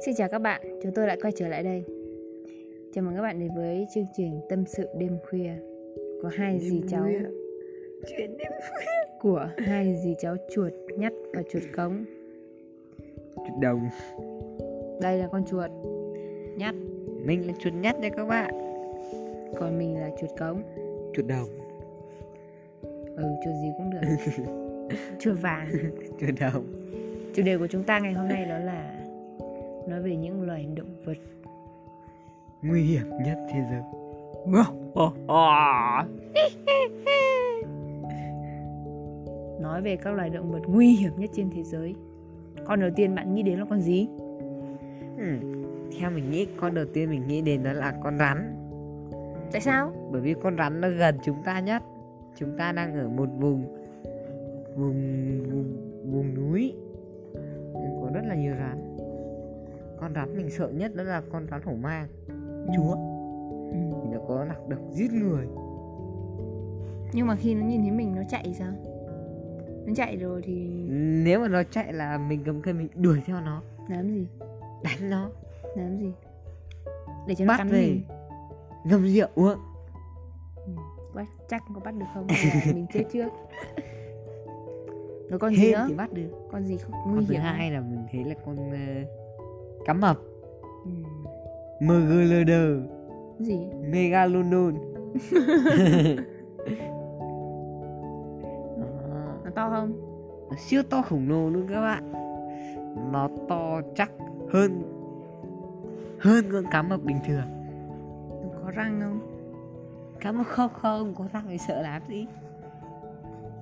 Xin chào các bạn, chúng tôi lại quay trở lại đây Chào mừng các bạn đến với chương trình Tâm sự đêm khuya Của hai dì cháu Chuyện đêm Của hai dì cháu chuột nhắt và chuột cống Chuột đồng Đây là con chuột nhắt Mình là chuột nhắt đấy các bạn Còn mình là chuột cống Chuột đồng Ừ, chuột gì cũng được Chuột vàng Chuột đồng Chủ đề của chúng ta ngày hôm nay đó là Nói về những loài động vật Nguy hiểm nhất thế giới Wow. Nói về các loài động vật nguy hiểm nhất trên thế giới Con đầu tiên bạn nghĩ đến là con gì? Ừ, Theo mình nghĩ con đầu tiên mình nghĩ đến đó là con rắn Tại sao? Bởi vì con rắn nó gần chúng ta nhất Chúng ta đang ở một vùng Vùng Vùng, vùng núi Có rất là nhiều rắn Con rắn mình sợ nhất đó là con rắn hổ mang Chúa Nó có đặc độc giết người Nhưng mà khi nó nhìn thấy mình nó chạy thì sao? Nó chạy rồi thì Nếu mà nó chạy là mình cầm cây mình đuổi theo nó làm gì? đánh nó Làm gì? Để cho nó bắt cắn về mình ngâm rượu uống bắt, Chắc có bắt được không? Hay là mình chết trước Rồi con gì hên nữa? thì bắt được Con gì không con nguy thứ hiểm? hai là mình thấy là con ờ, cá mập Ừ. Mergelder Gì? Megalodon Đó, Nó to không? nó siêu to khổng lồ luôn các bạn nó to chắc hơn hơn con cá mập bình thường Nó có răng không? cá mập không không có răng thì sợ làm gì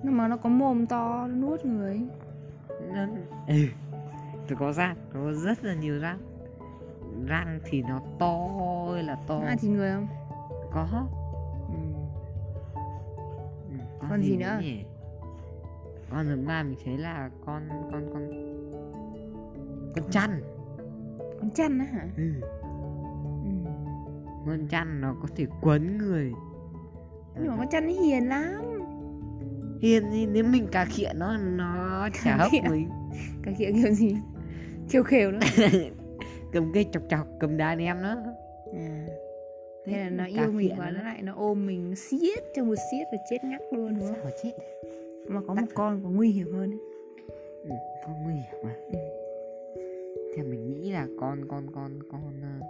Nhưng mà nó có mồm to, nó nuốt người nó Vâng. ừ. nó có răng nó có rất là nhiều răng răng thì nó to ơi là to Nó ăn thịt người không? có Ừ. Ừ, Con gì nữa? nhỉ? con thứ ba mình thấy là con con con con chăn Con chăn á hả? ừ. Ừ. con chăn nó có thể quấn người Nhưng mà con chăn nó hiền lắm hiền gì nếu mình cà khịa nó nó Cà chả hấp khịa. mình Cả kia kiểu gì? Kiểu khều nữa cầm cây chọc chọc cầm đá ném nó À Thế là nó Cà yêu mình khịa quá nó lại nó ôm mình nó siết cho một siết là chết ngắt luôn đúng sao không? mà chết Mà có Tắc một con còn nguy hiểm hơn ấy. Ừ, con nguy hiểm mà Ừ. Thì mình nghĩ là con con con con ờ,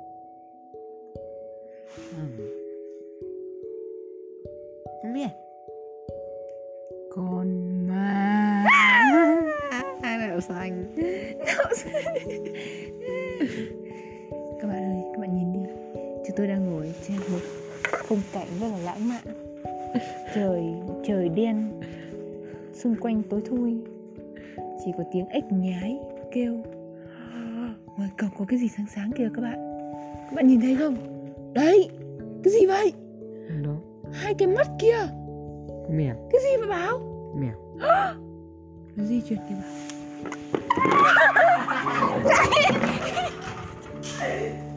ừm. Không biết Con ma Ai đậu xanh Các bạn ơi, các bạn nhìn đi Chúng tôi đang ngồi trên một khung cảnh rất là lãng mạn Trời, trời đen Xung quanh tối thui Chỉ có tiếng ếch nhái kêu Ngoài cổng có cái gì sáng sáng kìa các bạn Các bạn nhìn thấy không? Đấy, cái gì vậy? Đó Hai cái mắt kia Con mèo Cái gì vậy Bảo? con mèo Nó di chuyển kìa Bảo